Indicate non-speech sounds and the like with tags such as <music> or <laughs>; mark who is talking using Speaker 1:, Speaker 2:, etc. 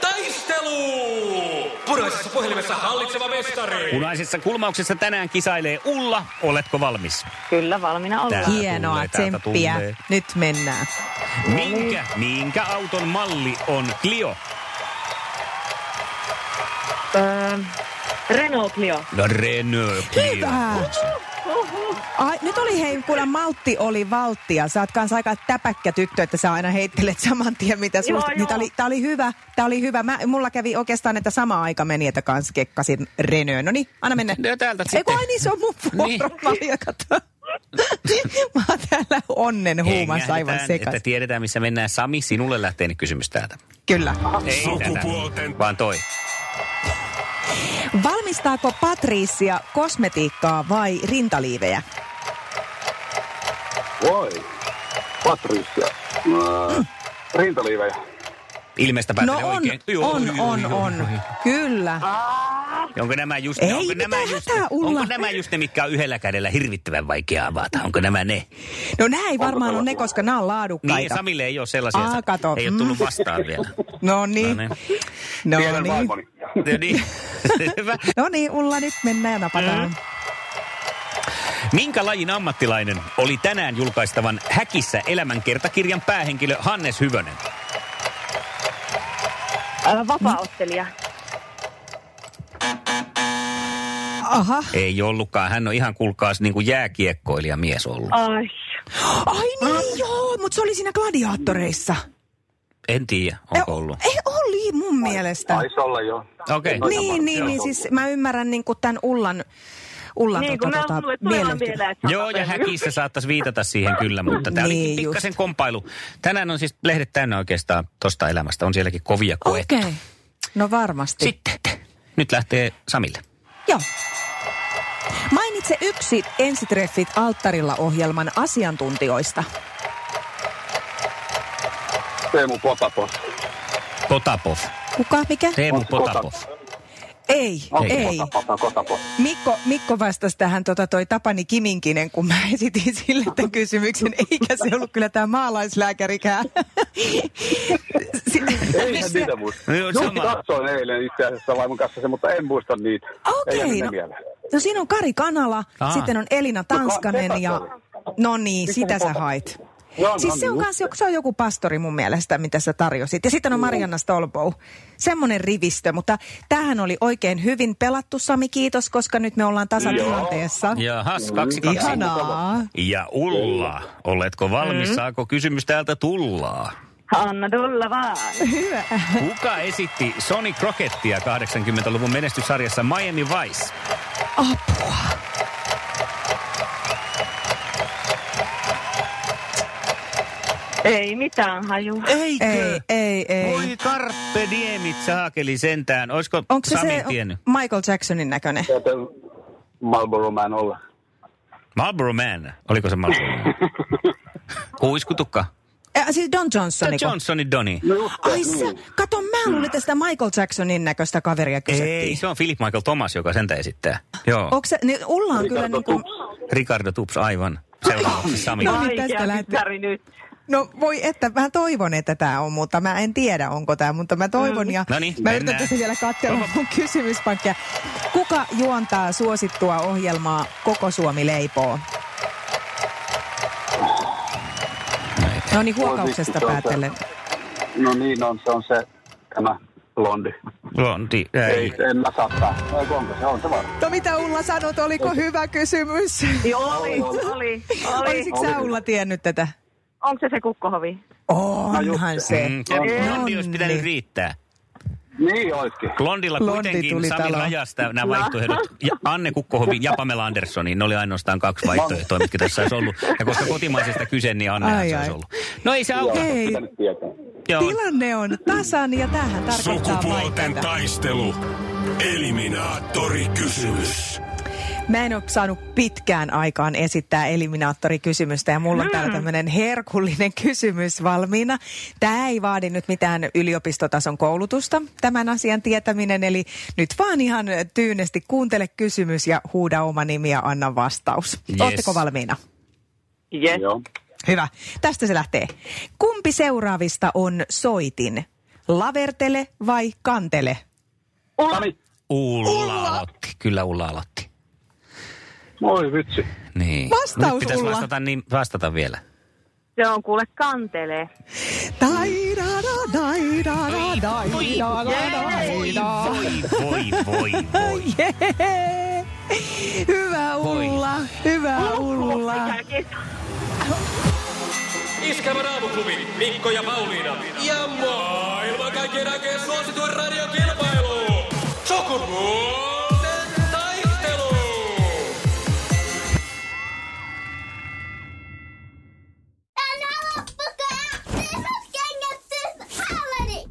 Speaker 1: taistelu! Punaisessa puhelimessa hallitseva mestari.
Speaker 2: Punaisessa kulmauksessa tänään kisailee Ulla. Oletko valmis?
Speaker 3: Kyllä, valmiina ollaan.
Speaker 2: Tää
Speaker 4: Hienoa
Speaker 2: tulee, täältä
Speaker 4: tsemppiä.
Speaker 2: tulee.
Speaker 4: Nyt mennään.
Speaker 2: Minkä, minkä auton malli on Clio?
Speaker 3: Öö, Renault Clio.
Speaker 2: No Renault Clio.
Speaker 4: Hyvä. Ai, nyt oli hei, kuule maltti oli valttia. Sä oot kans aika täpäkkä tyttö, että sä aina heittelet <laughs> saman tien, mitä
Speaker 3: Joo,
Speaker 4: susta.
Speaker 3: joo.
Speaker 4: Niin, tää, oli, tää oli hyvä, tää oli hyvä. Mä, mulla kävi oikeastaan, että sama aika meni, että kans kekkasin Renault. No niin, anna mennä.
Speaker 2: No täältä
Speaker 4: Ei kun
Speaker 2: sitten.
Speaker 4: ai niin, se on mun vuoro niin. <laughs> Mä oon täällä onnen huumassa aivan
Speaker 2: Hengähdetään,
Speaker 4: sekas.
Speaker 2: Että tiedetään, missä mennään. Sami, sinulle lähtee nyt kysymys täältä.
Speaker 4: Kyllä.
Speaker 2: Ei
Speaker 5: Sukupuolten-
Speaker 2: tätä, vaan toi.
Speaker 4: Valmistaako Patricia kosmetiikkaa vai rintaliivejä?
Speaker 6: Voi. Patricia. Äh, Rintaliivejä.
Speaker 2: Ilmeistä
Speaker 4: No
Speaker 2: päätellen
Speaker 4: on,
Speaker 2: oikein.
Speaker 4: on, on, on. Kyllä.
Speaker 2: Onko nämä just
Speaker 4: Ei
Speaker 2: ne, onko
Speaker 4: mitään
Speaker 2: nämä just,
Speaker 4: hätää, Ulla.
Speaker 2: onko nämä just ne, mitkä on yhdellä kädellä hirvittävän vaikea avata? Onko nämä ne?
Speaker 4: No näin ei varmaan on ne, koska nämä on
Speaker 2: Niin, ja
Speaker 4: laadukkaita.
Speaker 2: Samille ei ole sellaisia.
Speaker 4: Aa, kato.
Speaker 2: Ei ole tullut
Speaker 4: Mm.
Speaker 2: vastaan vielä.
Speaker 4: No niin.
Speaker 2: No niin.
Speaker 4: No
Speaker 6: Tiedän
Speaker 4: niin.
Speaker 6: vaimoni.
Speaker 2: No niin. <laughs> Hyvä.
Speaker 4: No niin, Ulla, nyt mennään ja
Speaker 2: Mm.
Speaker 4: napataan.
Speaker 2: Minkä lajin ammattilainen oli tänään julkaistavan Häkissä elämänkertakirjan päähenkilö Hannes Hyvönen?
Speaker 3: Öö, vapaa-ottelija.
Speaker 4: Aha.
Speaker 2: Ei ollutkaan. Hän on ihan kuulkaas niin kuin jääkiekkoilija mies ollut.
Speaker 3: Ai.
Speaker 4: Ai niin, joo, mutta se oli siinä gladiaattoreissa.
Speaker 2: En tiedä,
Speaker 4: Eh,
Speaker 2: onko ollut.
Speaker 4: Ei, oli mun mielestä.
Speaker 6: Taisi olla jo.
Speaker 2: Okei.
Speaker 4: Niin, niin, niin, siis mä ymmärrän niin kuin tämän Ullan, Ullan
Speaker 3: Niin, kun
Speaker 4: tota,
Speaker 3: mä
Speaker 4: tota,
Speaker 3: mulle tulevan
Speaker 4: mielenki-
Speaker 3: mieleen, että
Speaker 2: Joo, ja
Speaker 3: satapeli.
Speaker 2: häkissä saattaisi viitata siihen kyllä, mutta tämä oli
Speaker 4: Niin,
Speaker 2: pikkasen kompailu. Tänään on siis lehdet täynnä oikeastaan tosta elämästä. On sielläkin kovia koet.
Speaker 4: Okei. Okay. No varmasti.
Speaker 2: Sitten. Nyt lähtee Samille.
Speaker 4: Joo. Mainitse yksi ensitreffit alttarilla ohjelman asiantuntijoista.
Speaker 6: Teemu Potapos.
Speaker 2: Potapov.
Speaker 4: Kuka, mikä?
Speaker 2: Teemu
Speaker 6: Onko
Speaker 2: Potapov.
Speaker 4: Ei,
Speaker 6: Onko
Speaker 4: ei.
Speaker 6: Potapos, Potapos.
Speaker 4: Mikko, Mikko vastasi tähän tota, toi Tapani Kiminkinen, kun mä <laughs> esitin sille tämän kysymyksen, eikä se ollut kyllä tämä
Speaker 6: <laughs>
Speaker 4: maalaislääkärikään.
Speaker 6: Eihän
Speaker 4: Si-
Speaker 6: niitä muista.
Speaker 2: No joo,
Speaker 6: Just
Speaker 2: sama.
Speaker 6: katsoin eilen itse asiassa vaimon kanssa sen, mutta en muista niitä.
Speaker 4: Okei,
Speaker 6: Ei jäänyt ne
Speaker 4: no.
Speaker 6: mieleen.
Speaker 4: No siinä on Kari Kanala,
Speaker 2: Aa.
Speaker 4: sitten on Elina Tanskanen ja... No niin, sitä sä
Speaker 6: Potapov?
Speaker 4: hait.
Speaker 6: Joo, no
Speaker 4: Siis se on,
Speaker 6: niin,
Speaker 4: kans, joku- se on joku pastori mun mielestä, mitä sä tarjosit. Ja sitten on Marianna Stolbow. Semmoinen rivistö, mutta tämähän oli oikein hyvin pelattu, Sami, kiitos, koska nyt me ollaan tasatilanteessa.
Speaker 2: Jahas, kaksi kaksi.
Speaker 4: Ihanaa. Mm.
Speaker 2: Ja Ulla, oletko valmis? Saako kysymys täältä tullaa?
Speaker 3: Anna tulla vaan.
Speaker 2: Kuka esitti Sonic Rockettia 80-luvun menestyssarjassa Miami Vice?
Speaker 4: Apua.
Speaker 3: Ei mitään haju.
Speaker 2: Eikö?
Speaker 4: Ei, ei, ei.
Speaker 2: Voi karppe diemit saakeli sentään. Olisiko
Speaker 4: Onko se
Speaker 2: Sami
Speaker 4: se
Speaker 2: tiennyt?
Speaker 4: Michael Jacksonin näköinen?
Speaker 6: Joten Marlboro Man olla.
Speaker 2: Marlboro Man. Oliko se Marlboro Man?
Speaker 4: <laughs>
Speaker 2: Kuiskutukka.
Speaker 4: Äh, siis Don
Speaker 2: Sä
Speaker 4: Johnson.
Speaker 2: Johnsoni Doni.
Speaker 6: No just,
Speaker 4: Ai
Speaker 6: niin.
Speaker 4: sä, kato, mä luulin, että sitä Michael Jacksonin näköistä kaveria
Speaker 2: Ei,
Speaker 4: kysyttiin.
Speaker 2: se on Philip Michael Thomas, joka sentä esittää. Joo.
Speaker 4: Onko se, niin Ulla on kyllä
Speaker 6: Ricardo
Speaker 4: niin kuin,
Speaker 2: Ricardo Tups, aivan. Seuraavaksi Sami.
Speaker 4: No niin,
Speaker 3: Vaikea
Speaker 4: tästä lähtee.
Speaker 3: kyssäri nyt.
Speaker 4: no voi että, mä toivon, että tämä on, mutta mä en tiedä, onko tämä, mutta mä toivon. Ja
Speaker 2: No niin,
Speaker 4: mä yritän
Speaker 2: mennään.
Speaker 4: tässä vielä katsella mun kysymyspankkia. Kuka juontaa suosittua ohjelmaa Koko Suomi leipoo? No niin, huokauksesta
Speaker 6: Suosittu, se on se.
Speaker 4: päätellen.
Speaker 6: No niin on, se on se tämä blondi.
Speaker 2: Blondi.
Speaker 6: Ei,
Speaker 2: Ei.
Speaker 6: en mä saa päästä. Ei, onko se on se varmaan.
Speaker 4: No mitä Ulla sanot, oliko hyvä kysymys?
Speaker 3: Joo, oli, oli, oli.
Speaker 4: Olisitko sä Ulla tiennyt tätä?
Speaker 3: Onko se se kukkohovi?
Speaker 4: Onhan se. No
Speaker 2: Mm, se blondi olisi
Speaker 4: Nonni.
Speaker 2: pitänyt riittää.
Speaker 6: Niin olisikin.
Speaker 2: Blondilla
Speaker 4: Blondi
Speaker 2: kuitenkin
Speaker 4: tuli
Speaker 2: Sami
Speaker 4: taloon.
Speaker 2: rajasta nämä vaihtoehdot. Ja Anne
Speaker 4: <laughs>
Speaker 2: Kukkohovin ja Pamela Anderssoniin. niin Ne oli ainoastaan kaksi vaihtoehtoa, mitkä tässä olisi ollut. Ja koska kotimaisesta kyse, niin Annehan
Speaker 4: Ai,
Speaker 2: se olisi
Speaker 4: ai.
Speaker 2: ollut. No ei se auta.
Speaker 4: Ei.
Speaker 6: Pitänyt tietää.
Speaker 2: Joo.
Speaker 4: Tilanne on tasan ja tähän tarkoittaa
Speaker 7: Sukupuolten
Speaker 4: vaikeita.
Speaker 7: taistelu. Eliminaattori kysymys.
Speaker 4: Mä en ole saanut pitkään aikaan esittää eliminaattorikysymystä ja mulla on täällä tämmöinen herkullinen kysymys valmiina. Tämä ei vaadi nyt mitään yliopistotason koulutusta, tämän asian tietäminen, eli nyt vaan ihan tyynesti kuuntele kysymys ja huuda oma nimi ja anna vastaus.
Speaker 2: Yes.
Speaker 4: Ootteko valmiina?
Speaker 3: Yes.
Speaker 6: Joo.
Speaker 4: Hyvä. Tästä se lähtee. Kumpi seuraavista on soitin? Lavertele vai kantele?
Speaker 6: Sami.
Speaker 2: Ulla, aloitti. Kyllä Ulla aloitti.
Speaker 6: Moi vitsi.
Speaker 2: Niin.
Speaker 4: Vastaus,
Speaker 2: No nyt pitäisi
Speaker 4: Ulla.
Speaker 2: vastata, niin vastata vielä.
Speaker 3: Se on kuule kantelee.
Speaker 4: Taidada, taidada, taidada, taidada.
Speaker 2: Voi, voi, voi.
Speaker 4: Jee! Hyvä Ulla, hyvä Ulla.
Speaker 1: Iskävä raamuklubi, Mikko ja Pauliina. Ja maailman kaikkien aikeen suosituen radiokilpailu. Sukupuolten taistelu.
Speaker 8: And now look at this is getting a fifth holiday.